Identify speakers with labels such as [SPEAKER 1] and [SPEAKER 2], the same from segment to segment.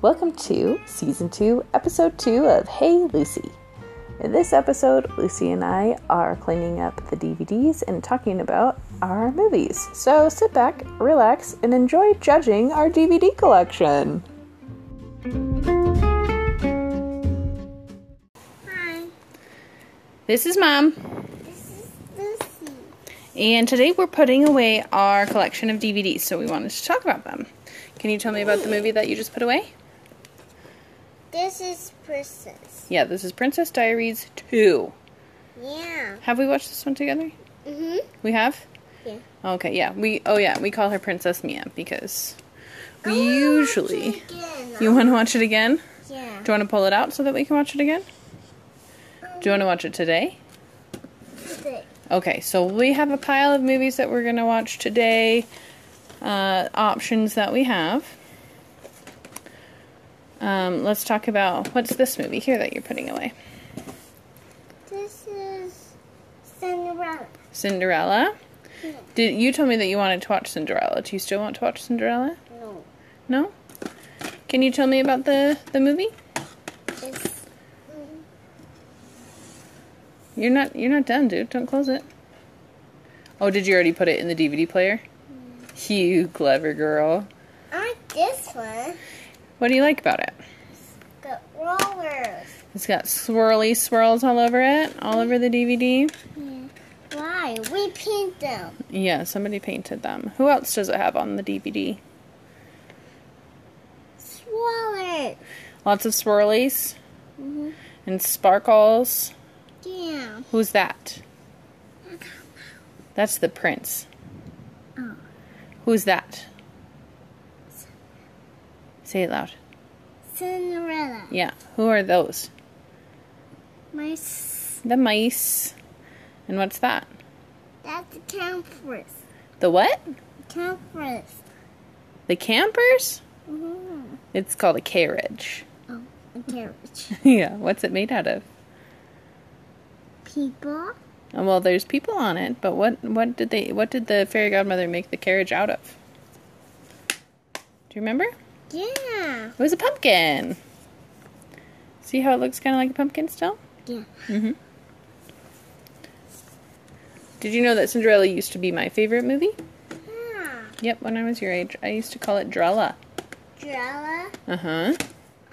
[SPEAKER 1] Welcome to Season 2, Episode 2 of Hey Lucy. In this episode, Lucy and I are cleaning up the DVDs and talking about our movies. So sit back, relax, and enjoy judging our DVD collection.
[SPEAKER 2] Hi,
[SPEAKER 1] This is Mom,
[SPEAKER 2] this is Lucy.
[SPEAKER 1] and today we're putting away our collection of DVDs, so we wanted to talk about them. Can you tell me about the movie that you just put away?
[SPEAKER 2] This is Princess.
[SPEAKER 1] Yeah, this is Princess Diaries 2.
[SPEAKER 2] Yeah.
[SPEAKER 1] Have we watched this one together?
[SPEAKER 2] Mhm.
[SPEAKER 1] We have?
[SPEAKER 2] Yeah.
[SPEAKER 1] Okay, yeah. We oh yeah, we call her Princess Mia because we
[SPEAKER 2] Watch
[SPEAKER 1] usually
[SPEAKER 2] it again.
[SPEAKER 1] You want to watch it again?
[SPEAKER 2] Yeah.
[SPEAKER 1] Do you want to pull it out so that we can watch it again? Do you want to watch it today?
[SPEAKER 2] Today.
[SPEAKER 1] Okay, so we have a pile of movies that we're going to watch today. Uh, options that we have. Um, let's talk about what's this movie here that you're putting away?
[SPEAKER 2] This is Cinderella.
[SPEAKER 1] Cinderella. Did you told me that you wanted to watch Cinderella? Do you still want to watch Cinderella?
[SPEAKER 2] No.
[SPEAKER 1] No. Can you tell me about the the movie?
[SPEAKER 2] It's mm,
[SPEAKER 1] You're not you're not done, dude. Don't close it. Oh, did you already put it in the DVD player? You clever girl.
[SPEAKER 2] I like this one.
[SPEAKER 1] What do you like about it?
[SPEAKER 2] The rollers.
[SPEAKER 1] It's got swirly swirls all over it, all over the DVD.
[SPEAKER 2] Why? We paint them.
[SPEAKER 1] Yeah, somebody painted them. Who else does it have on the DVD?
[SPEAKER 2] Swallows.
[SPEAKER 1] Lots of swirlies and sparkles.
[SPEAKER 2] Mm-hmm. Yeah.
[SPEAKER 1] Who's that? That's the prince.
[SPEAKER 2] Oh.
[SPEAKER 1] Who's that? Say it loud.
[SPEAKER 2] Cinderella.
[SPEAKER 1] Yeah. Who are those?
[SPEAKER 2] My s-
[SPEAKER 1] The mice. And what's that?
[SPEAKER 2] that's the campers.
[SPEAKER 1] The what?
[SPEAKER 2] Campers.
[SPEAKER 1] The campers?
[SPEAKER 2] Mhm.
[SPEAKER 1] It's called a carriage.
[SPEAKER 2] Oh, a carriage.
[SPEAKER 1] yeah. What's it made out of?
[SPEAKER 2] People.
[SPEAKER 1] Oh, Well, there's people on it, but what what did they what did the fairy godmother make the carriage out of? Do you remember? It
[SPEAKER 2] Yeah.
[SPEAKER 1] was a pumpkin. See how it looks kind of like a pumpkin still?
[SPEAKER 2] Yeah.
[SPEAKER 1] Did you know that Cinderella used to be my favorite movie?
[SPEAKER 2] Yeah.
[SPEAKER 1] Yep, when I was your age, I used to call it Drella.
[SPEAKER 2] Drella.
[SPEAKER 1] Uh huh.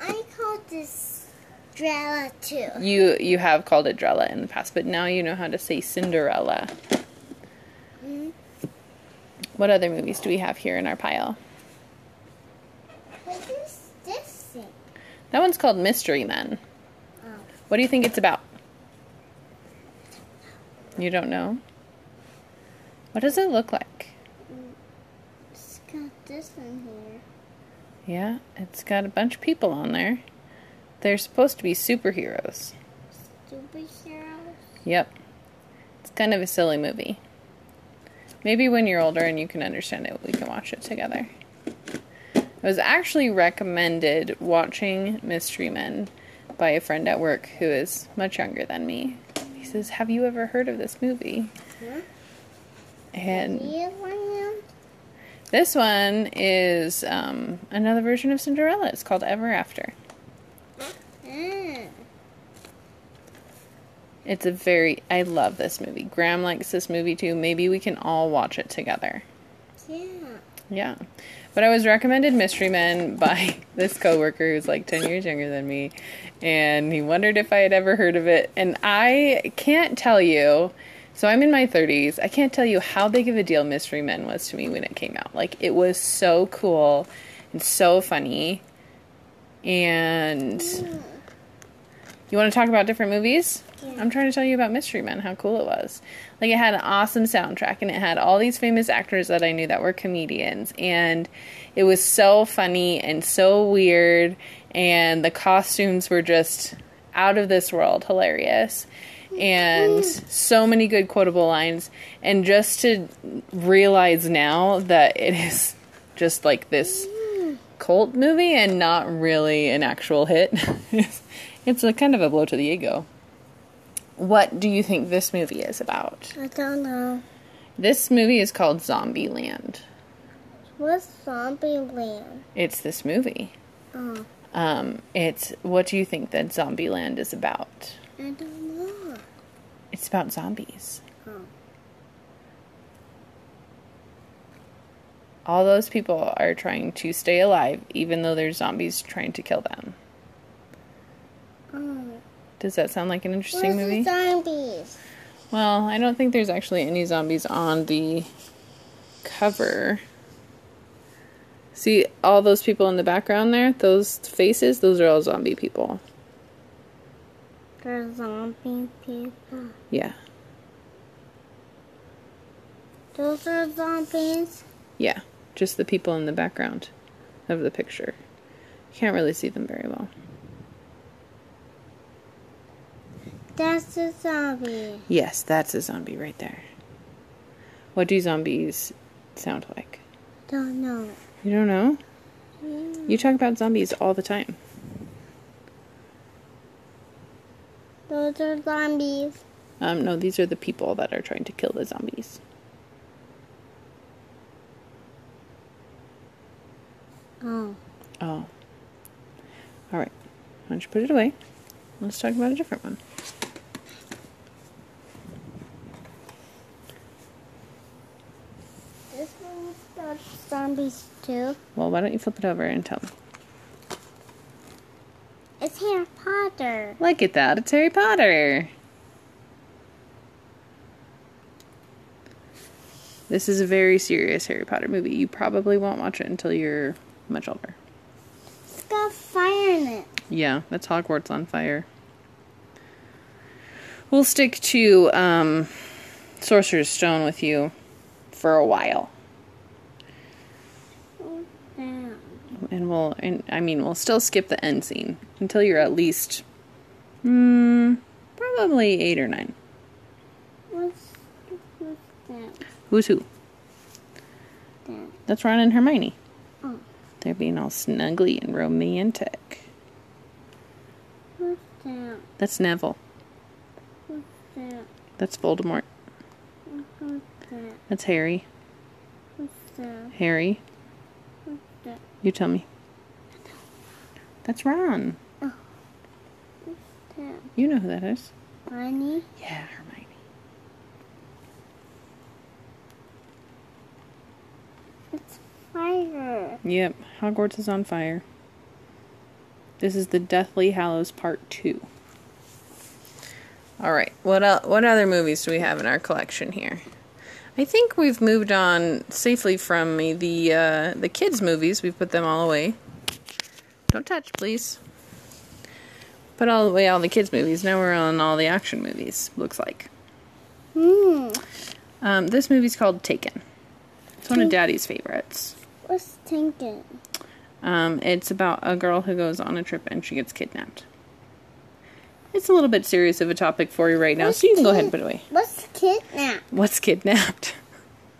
[SPEAKER 2] I call this Drella too.
[SPEAKER 1] You you have called it Drella in the past, but now you know how to say Cinderella. What other movies do we have here in our pile?
[SPEAKER 2] What is this thing?
[SPEAKER 1] That one's called Mystery Men.
[SPEAKER 2] Oh.
[SPEAKER 1] What do you think it's about? You don't know? What does it look like?
[SPEAKER 2] It's got this one here.
[SPEAKER 1] Yeah, it's got a bunch of people on there. They're supposed to be superheroes.
[SPEAKER 2] Superheroes.
[SPEAKER 1] Yep. It's kind of a silly movie. Maybe when you're older and you can understand it, we can watch it together. It was actually recommended watching Mystery Men by a friend at work who is much younger than me. He says, Have you ever heard of this movie?
[SPEAKER 2] Huh?
[SPEAKER 1] And
[SPEAKER 2] You want
[SPEAKER 1] this one is um, another version of Cinderella. It's called Ever After.
[SPEAKER 2] them?
[SPEAKER 1] It's a very, I love this movie. Graham likes this movie too. Maybe we can all watch it together.
[SPEAKER 2] Yeah.
[SPEAKER 1] Yeah. But I was recommended Mystery Men by this coworker who's like 10 years younger than me. And he wondered if I had ever heard of it. And I can't tell you. So I'm in my 30s. I can't tell you how big of a deal Mystery Men was to me when it came out. Like, it was so cool and so funny. And you want to talk about different movies? I'm trying to tell you about Mystery Men, how cool it was. Like, it had an awesome soundtrack, and it had all these famous actors that I knew that were comedians. And it was so funny and so weird, and the costumes were just out of this world hilarious. And so many good quotable lines. And just to realize now that it is just like this cult movie and not really an actual hit. it's a kind of a blow to the ego. What do you think this movie is about?
[SPEAKER 2] I don't know.
[SPEAKER 1] This movie is called Zombieland.
[SPEAKER 2] What's Zombie Land?
[SPEAKER 1] It's this movie.
[SPEAKER 2] Oh.
[SPEAKER 1] Um, it's what do you think that Zombieland is about?
[SPEAKER 2] I don't know.
[SPEAKER 1] It's about zombies.
[SPEAKER 2] Oh.
[SPEAKER 1] All those people are trying to stay alive, even though there's zombies trying to kill them.
[SPEAKER 2] Oh.
[SPEAKER 1] Does that sound like an interesting
[SPEAKER 2] Where's the
[SPEAKER 1] movie?
[SPEAKER 2] zombies?
[SPEAKER 1] Well, I don't think there's actually any zombies on the cover. See, all those people in the background there, those faces, those are all zombie people.
[SPEAKER 2] There's zombie people.
[SPEAKER 1] Yeah.
[SPEAKER 2] Those are zombies.
[SPEAKER 1] Yeah. Just the people in the background of the picture. You can't really see them very well.
[SPEAKER 2] That's a zombie.
[SPEAKER 1] Yes, that's a zombie right there. What do zombies sound like?
[SPEAKER 2] Don't know.
[SPEAKER 1] You don't know? You talk about zombies all the time.
[SPEAKER 2] Those are zombies.
[SPEAKER 1] Um, no, these are the people that are trying to kill the zombies.
[SPEAKER 2] Oh.
[SPEAKER 1] Oh. All right. Why don't you put it away? Let's talk about a different one.
[SPEAKER 2] This one's about zombies too.
[SPEAKER 1] Well, why don't you flip it over and tell me?
[SPEAKER 2] It's Harry Potter.
[SPEAKER 1] Look at that. It's Harry Potter. This is a very serious Harry Potter movie. You probably won't watch it until you're much older.
[SPEAKER 2] It's got fire in it.
[SPEAKER 1] Yeah, that's Hogwarts on fire. We'll stick to um, Sorcerer's Stone with you for a while,
[SPEAKER 2] Yeah.
[SPEAKER 1] and we'll and I mean we'll still skip the end scene until you're at least, mm, probably eight or nine.
[SPEAKER 2] What's, what's that?
[SPEAKER 1] Who's who?
[SPEAKER 2] that?
[SPEAKER 1] That's Ron and Hermione.
[SPEAKER 2] Oh,
[SPEAKER 1] They're being all snuggly and romantic.
[SPEAKER 2] what's that?
[SPEAKER 1] That's Neville.
[SPEAKER 2] What's that?
[SPEAKER 1] That's Voldemort.
[SPEAKER 2] What's that?
[SPEAKER 1] That's Harry.
[SPEAKER 2] What's that?
[SPEAKER 1] Harry,
[SPEAKER 2] What's that?
[SPEAKER 1] you tell me. That's Ron.
[SPEAKER 2] What's that?
[SPEAKER 1] You know who that is.
[SPEAKER 2] Bunny?
[SPEAKER 1] Yeah, Hermione.
[SPEAKER 2] It's fire.
[SPEAKER 1] Yep, Hogwarts is on fire. This is the Deathly Hallows Part 2. All right. What el- what other movies do we have in our collection here? I think we've moved on safely from the uh, the kids movies. We've put them all away. Don't touch, please. Put all away all the kids movies. Now we're on all the action movies. Looks like.
[SPEAKER 2] Hmm.
[SPEAKER 1] Um, this movie's called Taken. It's one of Daddy's favorites.
[SPEAKER 2] What's thinking?
[SPEAKER 1] Um, it's about a girl who goes on a trip and she gets kidnapped. It's a little bit serious of a topic for you right now, so you can go ahead and put it away.
[SPEAKER 2] What's kidnap?
[SPEAKER 1] What's kidnapped?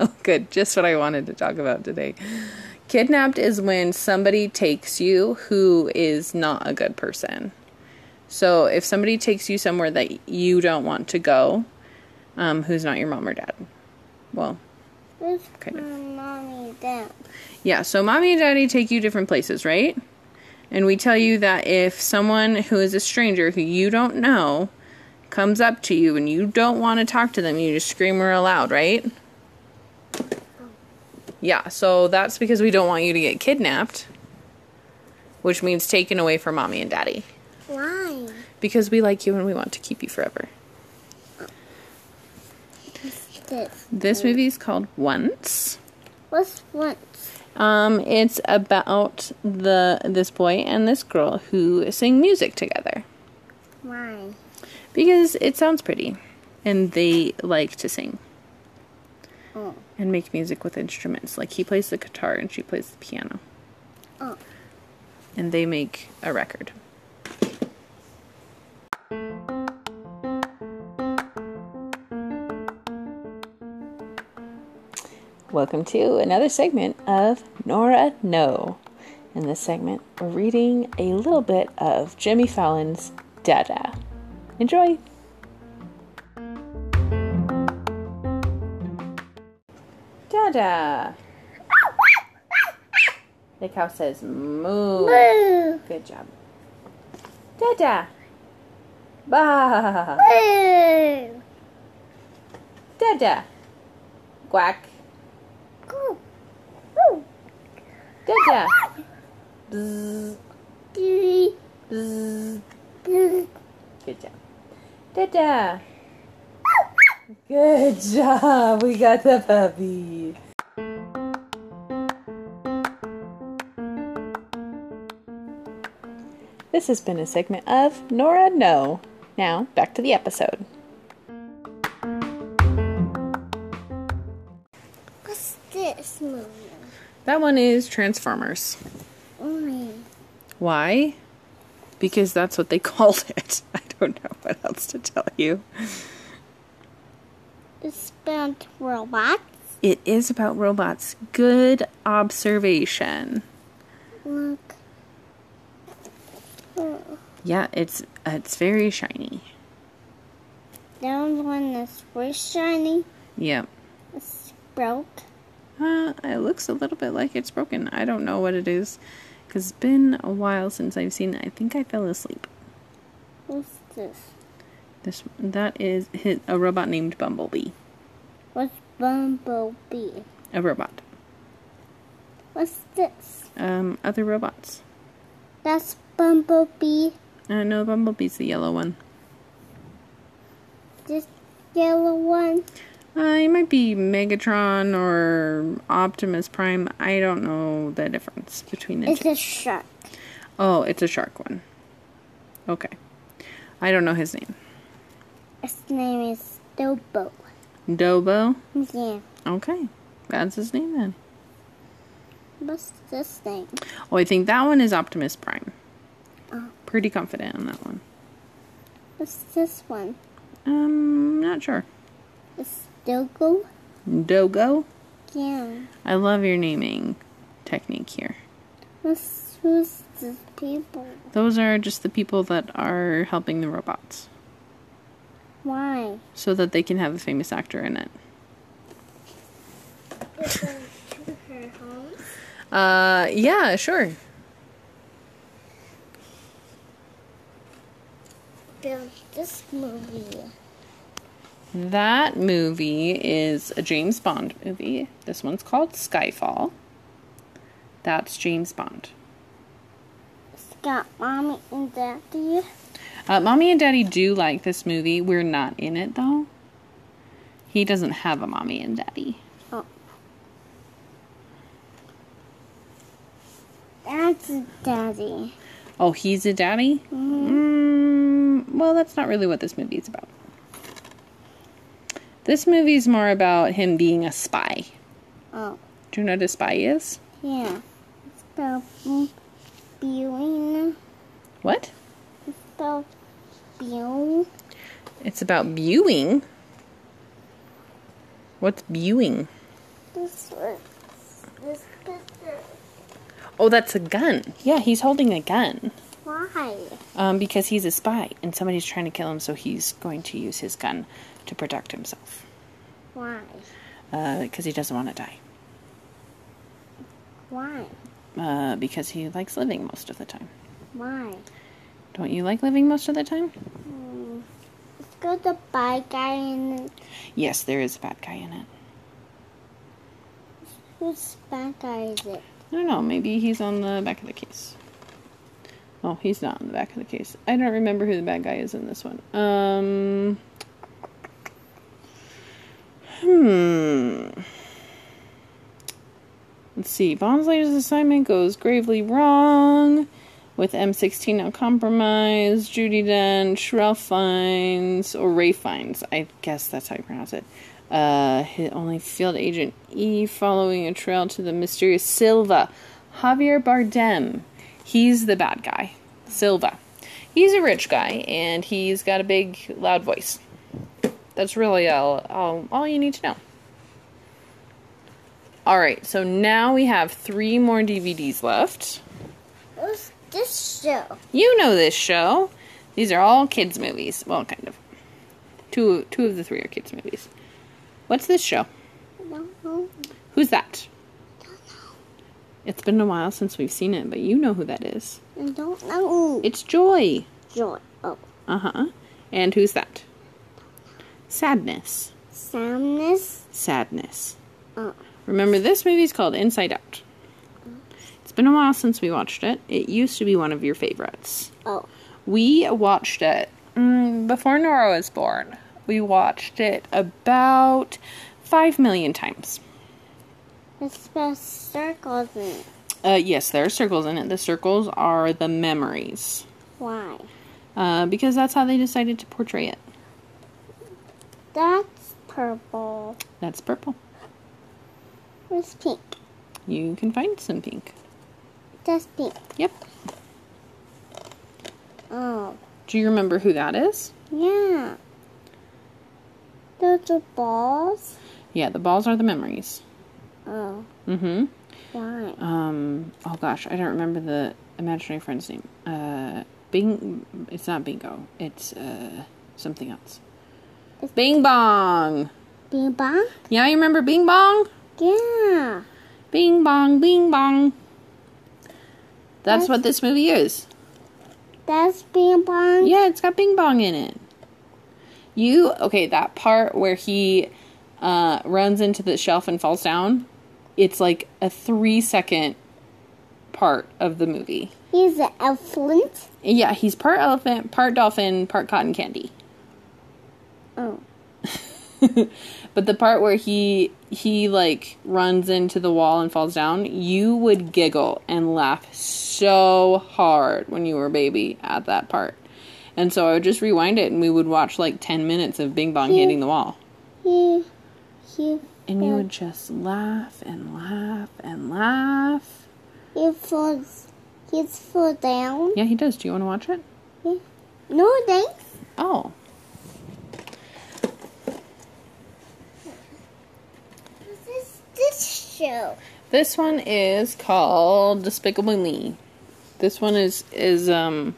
[SPEAKER 1] Oh, good. Just what I wanted to talk about today. Kidnapped is when somebody takes you who is not a good person. So if somebody takes you somewhere that you don't want to go, um, who's not your mom or dad. Well,
[SPEAKER 2] What's
[SPEAKER 1] Kind
[SPEAKER 2] my
[SPEAKER 1] of.
[SPEAKER 2] mommy down?
[SPEAKER 1] Yeah, so mommy and daddy take you different places, right? And we tell you that if someone who is a stranger who you don't know comes up to you and you don't want to talk to them, you just scream real loud, right? Yeah, so that's because we don't want you to get kidnapped, which means taken away from mommy and daddy
[SPEAKER 2] Why?
[SPEAKER 1] because we like you and we want to keep you forever.
[SPEAKER 2] What's this?
[SPEAKER 1] This movie is called Once.
[SPEAKER 2] What's once?
[SPEAKER 1] Um, it's about the this boy and this girl who sing music together
[SPEAKER 2] Why?
[SPEAKER 1] because it sounds pretty, and they like to sing
[SPEAKER 2] Oh.
[SPEAKER 1] and make music with instruments. Like he plays the guitar and she plays the piano,
[SPEAKER 2] Oh.
[SPEAKER 1] and they make a record. Welcome to another segment of Nora No. In this segment, we're reading a little bit of Jimmy Fallon's Dada. Enjoy! Dada! The cow says moo.
[SPEAKER 2] Moo.
[SPEAKER 1] Good job. Da-da. Ba.
[SPEAKER 2] Moo.
[SPEAKER 1] Da-da. Quack.
[SPEAKER 2] Cool. Woo.
[SPEAKER 1] Da-da. Bzz.
[SPEAKER 2] Dee.
[SPEAKER 1] Bzz.
[SPEAKER 2] Dee.
[SPEAKER 1] Good job. Da-da. Good job. We got the puppy. This has been a segment of Nora No. Now, back to the episode.
[SPEAKER 2] What's this movie?
[SPEAKER 1] That one is Transformers.
[SPEAKER 2] Only.
[SPEAKER 1] Why? Because that's what they called it. I don't know what else to tell you.
[SPEAKER 2] It's about robots.
[SPEAKER 1] It is about robots. Good observation.
[SPEAKER 2] Look. Oh,
[SPEAKER 1] Yeah, it's it's very shiny.
[SPEAKER 2] That one is very shiny.
[SPEAKER 1] Yeah.
[SPEAKER 2] It's broke.
[SPEAKER 1] Uh, it looks a little bit like it's broken. I don't know what it is cuz it's been a while since I've seen it. I think I fell asleep.
[SPEAKER 2] What's this?
[SPEAKER 1] This that is his, a robot named Bumblebee.
[SPEAKER 2] What's Bumblebee?
[SPEAKER 1] A robot.
[SPEAKER 2] What's this?
[SPEAKER 1] Um other robots.
[SPEAKER 2] That's Bumblebee.
[SPEAKER 1] Uh, no, Bumblebee's the yellow one.
[SPEAKER 2] This yellow one.
[SPEAKER 1] Uh, it might be Megatron or Optimus Prime. I don't know the difference between the
[SPEAKER 2] It's
[SPEAKER 1] two.
[SPEAKER 2] a shark.
[SPEAKER 1] Oh, it's a shark one. Okay. I don't know his name.
[SPEAKER 2] Its name is Dobo.
[SPEAKER 1] Dobo?
[SPEAKER 2] Yeah.
[SPEAKER 1] Okay. That's his name then.
[SPEAKER 2] What's this name?
[SPEAKER 1] Oh, I think that one is Optimus Prime.
[SPEAKER 2] Oh.
[SPEAKER 1] Pretty confident on that one.
[SPEAKER 2] What's this one?
[SPEAKER 1] Um, not sure.
[SPEAKER 2] It's Dogo.
[SPEAKER 1] Dogo?
[SPEAKER 2] Yeah.
[SPEAKER 1] I love your naming technique here.
[SPEAKER 2] What's who's the people?
[SPEAKER 1] Those are just the people that are helping the robots
[SPEAKER 2] Why?
[SPEAKER 1] so that they can have a famous actor in it.
[SPEAKER 2] her home.
[SPEAKER 1] Uh, yeah, sure.
[SPEAKER 2] Build this movie.
[SPEAKER 1] That movie is a James Bond movie. This one's called Skyfall. That's James Bond.
[SPEAKER 2] It's got mommy and daddy.
[SPEAKER 1] Uh, mommy and daddy do like this movie. We're not in it though. He doesn't have a mommy and daddy.
[SPEAKER 2] Oh. That's daddy.
[SPEAKER 1] Oh, he's a daddy? Mm, well, that's not really what this movie is about. This movie is more about him being a spy.
[SPEAKER 2] Oh,
[SPEAKER 1] Do you know what a spy is?
[SPEAKER 2] yeah. It's about viewing.
[SPEAKER 1] What?
[SPEAKER 2] It's about viewing.
[SPEAKER 1] It's about viewing. What's viewing?
[SPEAKER 2] This this picture.
[SPEAKER 1] Oh, that's a gun. Yeah, he's holding a gun.
[SPEAKER 2] Why?
[SPEAKER 1] Um, because he's a spy and somebody's trying to kill him, so he's going to use his gun to protect himself.
[SPEAKER 2] Why?
[SPEAKER 1] Because he doesn't want to die.
[SPEAKER 2] Why?
[SPEAKER 1] Uh, because he likes living most of the time.
[SPEAKER 2] Why?
[SPEAKER 1] Don't you like living most of the time?
[SPEAKER 2] Hmm. Let's go to bye guy and
[SPEAKER 1] Yes, there is a bad guy in it.
[SPEAKER 2] whose bad guy is it?
[SPEAKER 1] I don't know, maybe he's on the back of the case. Oh, he's not on the back of the case. I don't remember who the bad guy is in this one. Um. Hmm. Let's see. Bond's latest assignment goes gravely wrong with M16 now compromised, Judy Dench, Ralph Fiennes, or Ray Fiennes. I guess that's how you pronounce it. Uh, his only field agent E following a trail to the mysterious Silva. Javier Bardem. He's the bad guy. Silva. He's a rich guy and he's got a big, loud voice. That's really all, all, all you need to know. All right, so now we have three more DVDs left.
[SPEAKER 2] What's this show?
[SPEAKER 1] You know this show. These are all kids movies. Well, kind of. Two two of the three are kids movies. What's this show?
[SPEAKER 2] I don't know.
[SPEAKER 1] Who's that?
[SPEAKER 2] I don't know.
[SPEAKER 1] It's been a while since we've seen it, but you know who that is.
[SPEAKER 2] I don't know.
[SPEAKER 1] It's Joy.
[SPEAKER 2] Joy. Oh.
[SPEAKER 1] Uh huh. And who's that? Sadness.
[SPEAKER 2] Sadness.
[SPEAKER 1] Sadness.
[SPEAKER 2] Oh.
[SPEAKER 1] Remember, this movie's called Inside Out. It's been a while since we watched it. It used to be one of your favorites.
[SPEAKER 2] Oh.
[SPEAKER 1] We watched it mm, before Nora was born. We watched it about five million times.
[SPEAKER 2] It's about circles in it.
[SPEAKER 1] Uh, yes, there are circles in it. The circles are the memories
[SPEAKER 2] Why?
[SPEAKER 1] uh, because that's how they decided to portray it.
[SPEAKER 2] That's purple.
[SPEAKER 1] That's purple.
[SPEAKER 2] It's pink.
[SPEAKER 1] You can find some pink.
[SPEAKER 2] That's pink.
[SPEAKER 1] Yep.
[SPEAKER 2] Oh.
[SPEAKER 1] Do you remember who that is?
[SPEAKER 2] Yeah. Those are balls.
[SPEAKER 1] Yeah, the balls are the memories.
[SPEAKER 2] Oh.
[SPEAKER 1] Mm-hmm.
[SPEAKER 2] Why?
[SPEAKER 1] Um. Oh gosh, I don't remember the imaginary friend's name. Uh, Bing. It's not Bingo. It's uh something else.
[SPEAKER 2] It's-
[SPEAKER 1] Bing Bong.
[SPEAKER 2] Bing bong?
[SPEAKER 1] Yeah, you remember Bing Bong?
[SPEAKER 2] Yeah.
[SPEAKER 1] Bing Bong. Bing Bong. That's what this movie is.
[SPEAKER 2] That's bing bong.
[SPEAKER 1] Yeah, it's got Bing Bong in it. You okay? That part where he uh, runs into the shelf and falls down. It's like a three-second part of the movie.
[SPEAKER 2] He's an elephant.
[SPEAKER 1] Yeah, he's part elephant, part dolphin, part cotton candy.
[SPEAKER 2] Oh.
[SPEAKER 1] but the part where he he like runs into the wall and falls down, you would giggle and laugh so hard when you were a baby at that part. And so I would just rewind it and we would watch like 10 minutes of Bing Bong hitting the wall.
[SPEAKER 2] He. He.
[SPEAKER 1] And you would just laugh and laugh and laugh.
[SPEAKER 2] He falls. He's fall down.
[SPEAKER 1] Yeah, he does. Do you want to watch it?
[SPEAKER 2] No thanks.
[SPEAKER 1] Oh.
[SPEAKER 2] What's this? This show.
[SPEAKER 1] This one is called Despicable Me. This one is is um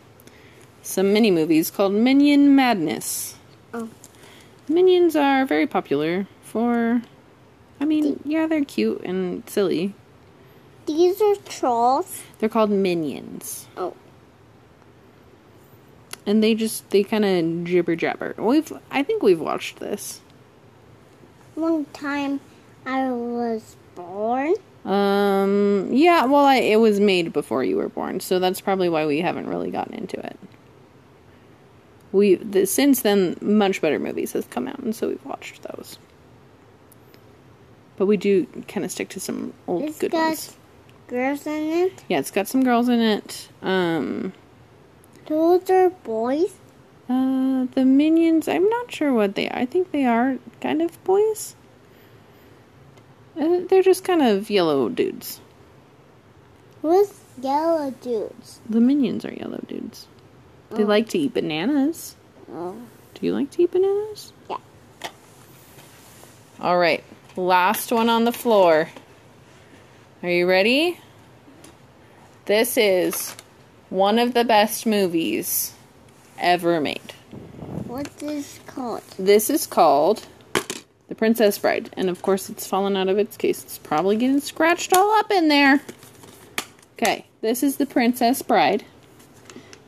[SPEAKER 1] some mini movies called Minion Madness.
[SPEAKER 2] Oh.
[SPEAKER 1] Minions are very popular for I mean, yeah, they're cute and silly.
[SPEAKER 2] These are trolls.
[SPEAKER 1] They're called minions.
[SPEAKER 2] Oh.
[SPEAKER 1] And they just they kind of jibber jabber. We've I think we've watched this.
[SPEAKER 2] One time I was born.
[SPEAKER 1] Um yeah, well I it was made before you were born, so that's probably why we haven't really gotten into it. We the, since then much better movies have come out and so we've watched those. But we do kind of stick to some old
[SPEAKER 2] It's
[SPEAKER 1] good
[SPEAKER 2] got
[SPEAKER 1] ones.
[SPEAKER 2] girls in it.
[SPEAKER 1] Yeah, it's got some girls in it. Um
[SPEAKER 2] Those are boys.
[SPEAKER 1] uh the minions, I'm not sure what they I think they are kind of boys. Uh, they're just kind of yellow dudes.
[SPEAKER 2] Who's yellow dudes?
[SPEAKER 1] The minions are yellow dudes. They like to eat bananas.
[SPEAKER 2] Oh.
[SPEAKER 1] Do you like to eat bananas?
[SPEAKER 2] Yeah.
[SPEAKER 1] All right. Last one on the floor. Are you ready? This is one of the best movies ever made.
[SPEAKER 2] What's this called?
[SPEAKER 1] This is called The Princess Bride. And of course, it's fallen out of its case. It's probably getting scratched all up in there. Okay, this is The Princess Bride.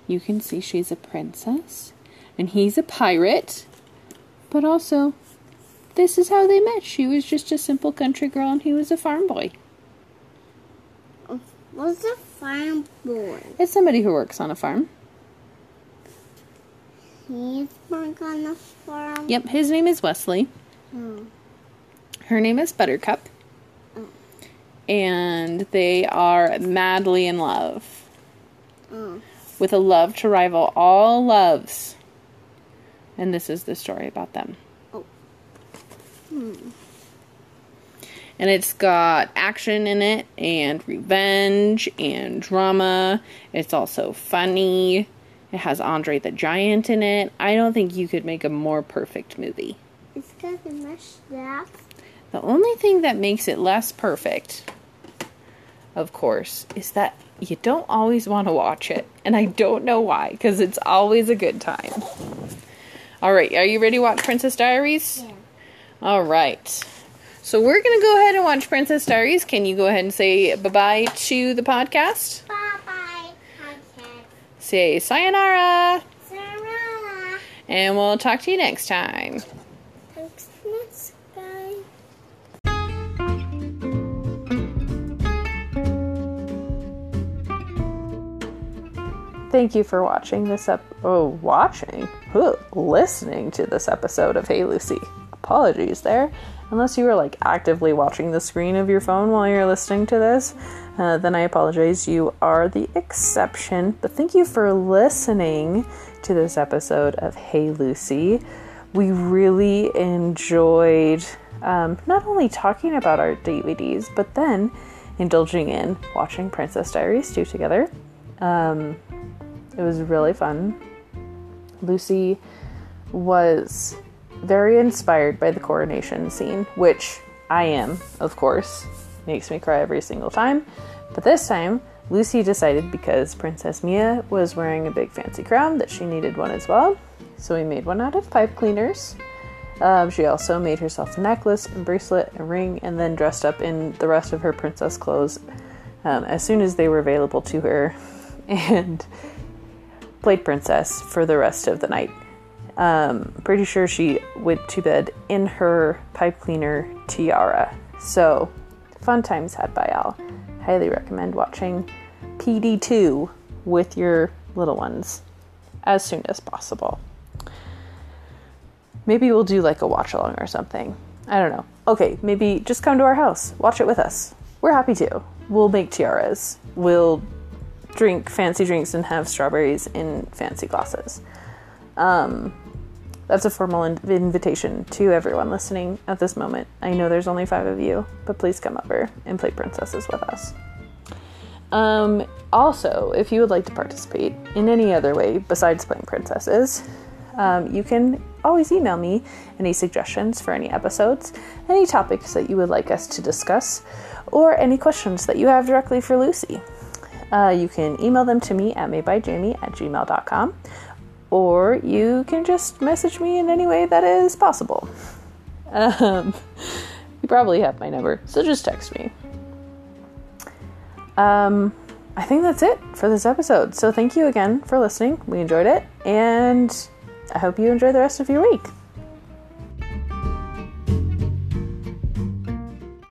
[SPEAKER 1] You can see she's a princess and he's a pirate. But also, this is how they met. She was just a simple country girl and he was a farm boy.
[SPEAKER 2] What's a farm boy?
[SPEAKER 1] It's somebody who works on a farm.
[SPEAKER 2] He's work on the farm.
[SPEAKER 1] Yep, his name is Wesley.
[SPEAKER 2] Oh.
[SPEAKER 1] Her name is Buttercup.
[SPEAKER 2] Oh.
[SPEAKER 1] And they are madly in love.
[SPEAKER 2] Oh.
[SPEAKER 1] with a love to rival all loves. And this is the story about them.
[SPEAKER 2] Oh.
[SPEAKER 1] And it's got action in it, and revenge, and drama. It's also funny. It has Andre the Giant in it. I don't think you could make a more perfect movie.
[SPEAKER 2] It's got the mesh that.
[SPEAKER 1] The only thing that makes it less perfect, of course, is that you don't always want to watch it. And I don't know why, because it's always a good time. All right, are you ready to watch Princess Diaries?
[SPEAKER 2] Yeah.
[SPEAKER 1] All right. So we're going to go ahead and watch Princess Diaries. Can you go ahead and say bye bye to the podcast?
[SPEAKER 2] Bye bye, podcast.
[SPEAKER 1] Say sayonara.
[SPEAKER 2] Sarah.
[SPEAKER 1] And we'll talk to you next time.
[SPEAKER 2] Thanks, next guy.
[SPEAKER 1] Thank you for watching this up. Oh, watching? Huh, listening to this episode of Hey Lucy. Apologies there. Unless you were like actively watching the screen of your phone while you're listening to this, uh, then I apologize. You are the exception. But thank you for listening to this episode of Hey Lucy. We really enjoyed um, not only talking about our DVDs, but then indulging in watching Princess Diaries 2 together. It was really fun. Lucy was very inspired by the coronation scene, which I am, of course. Makes me cry every single time. But this time, Lucy decided because Princess Mia was wearing a big fancy crown that she needed one as well. So we made one out of pipe cleaners. Um, she also made herself a necklace, a bracelet, a ring, and then dressed up in the rest of her princess clothes um, as soon as they were available to her. And played princess for the rest of the night. Um, pretty sure she went to bed in her pipe cleaner tiara. So, fun times had by all. Highly recommend watching PD2 with your little ones as soon as possible. Maybe we'll do like a watch along or something. I don't know. Okay, maybe just come to our house, watch it with us. We're happy to. We'll make tiaras. We'll drink fancy drinks and have strawberries in fancy glasses. Um, that's a formal in- invitation to everyone listening at this moment. I know there's only five of you, but please come over and play princesses with us. Um, also, if you would like to participate in any other way besides playing princesses, um, you can always email me any suggestions for any episodes, any topics that you would like us to discuss, or any questions that you have directly for Lucy. Uh, you can email them to me at madebyjamie at gmail.com, or you can just message me in any way that is possible. Um, you probably have my number, so just text me. Um, I think that's it for this episode. So thank you again for listening. We enjoyed it, and I hope you enjoy the rest of your week.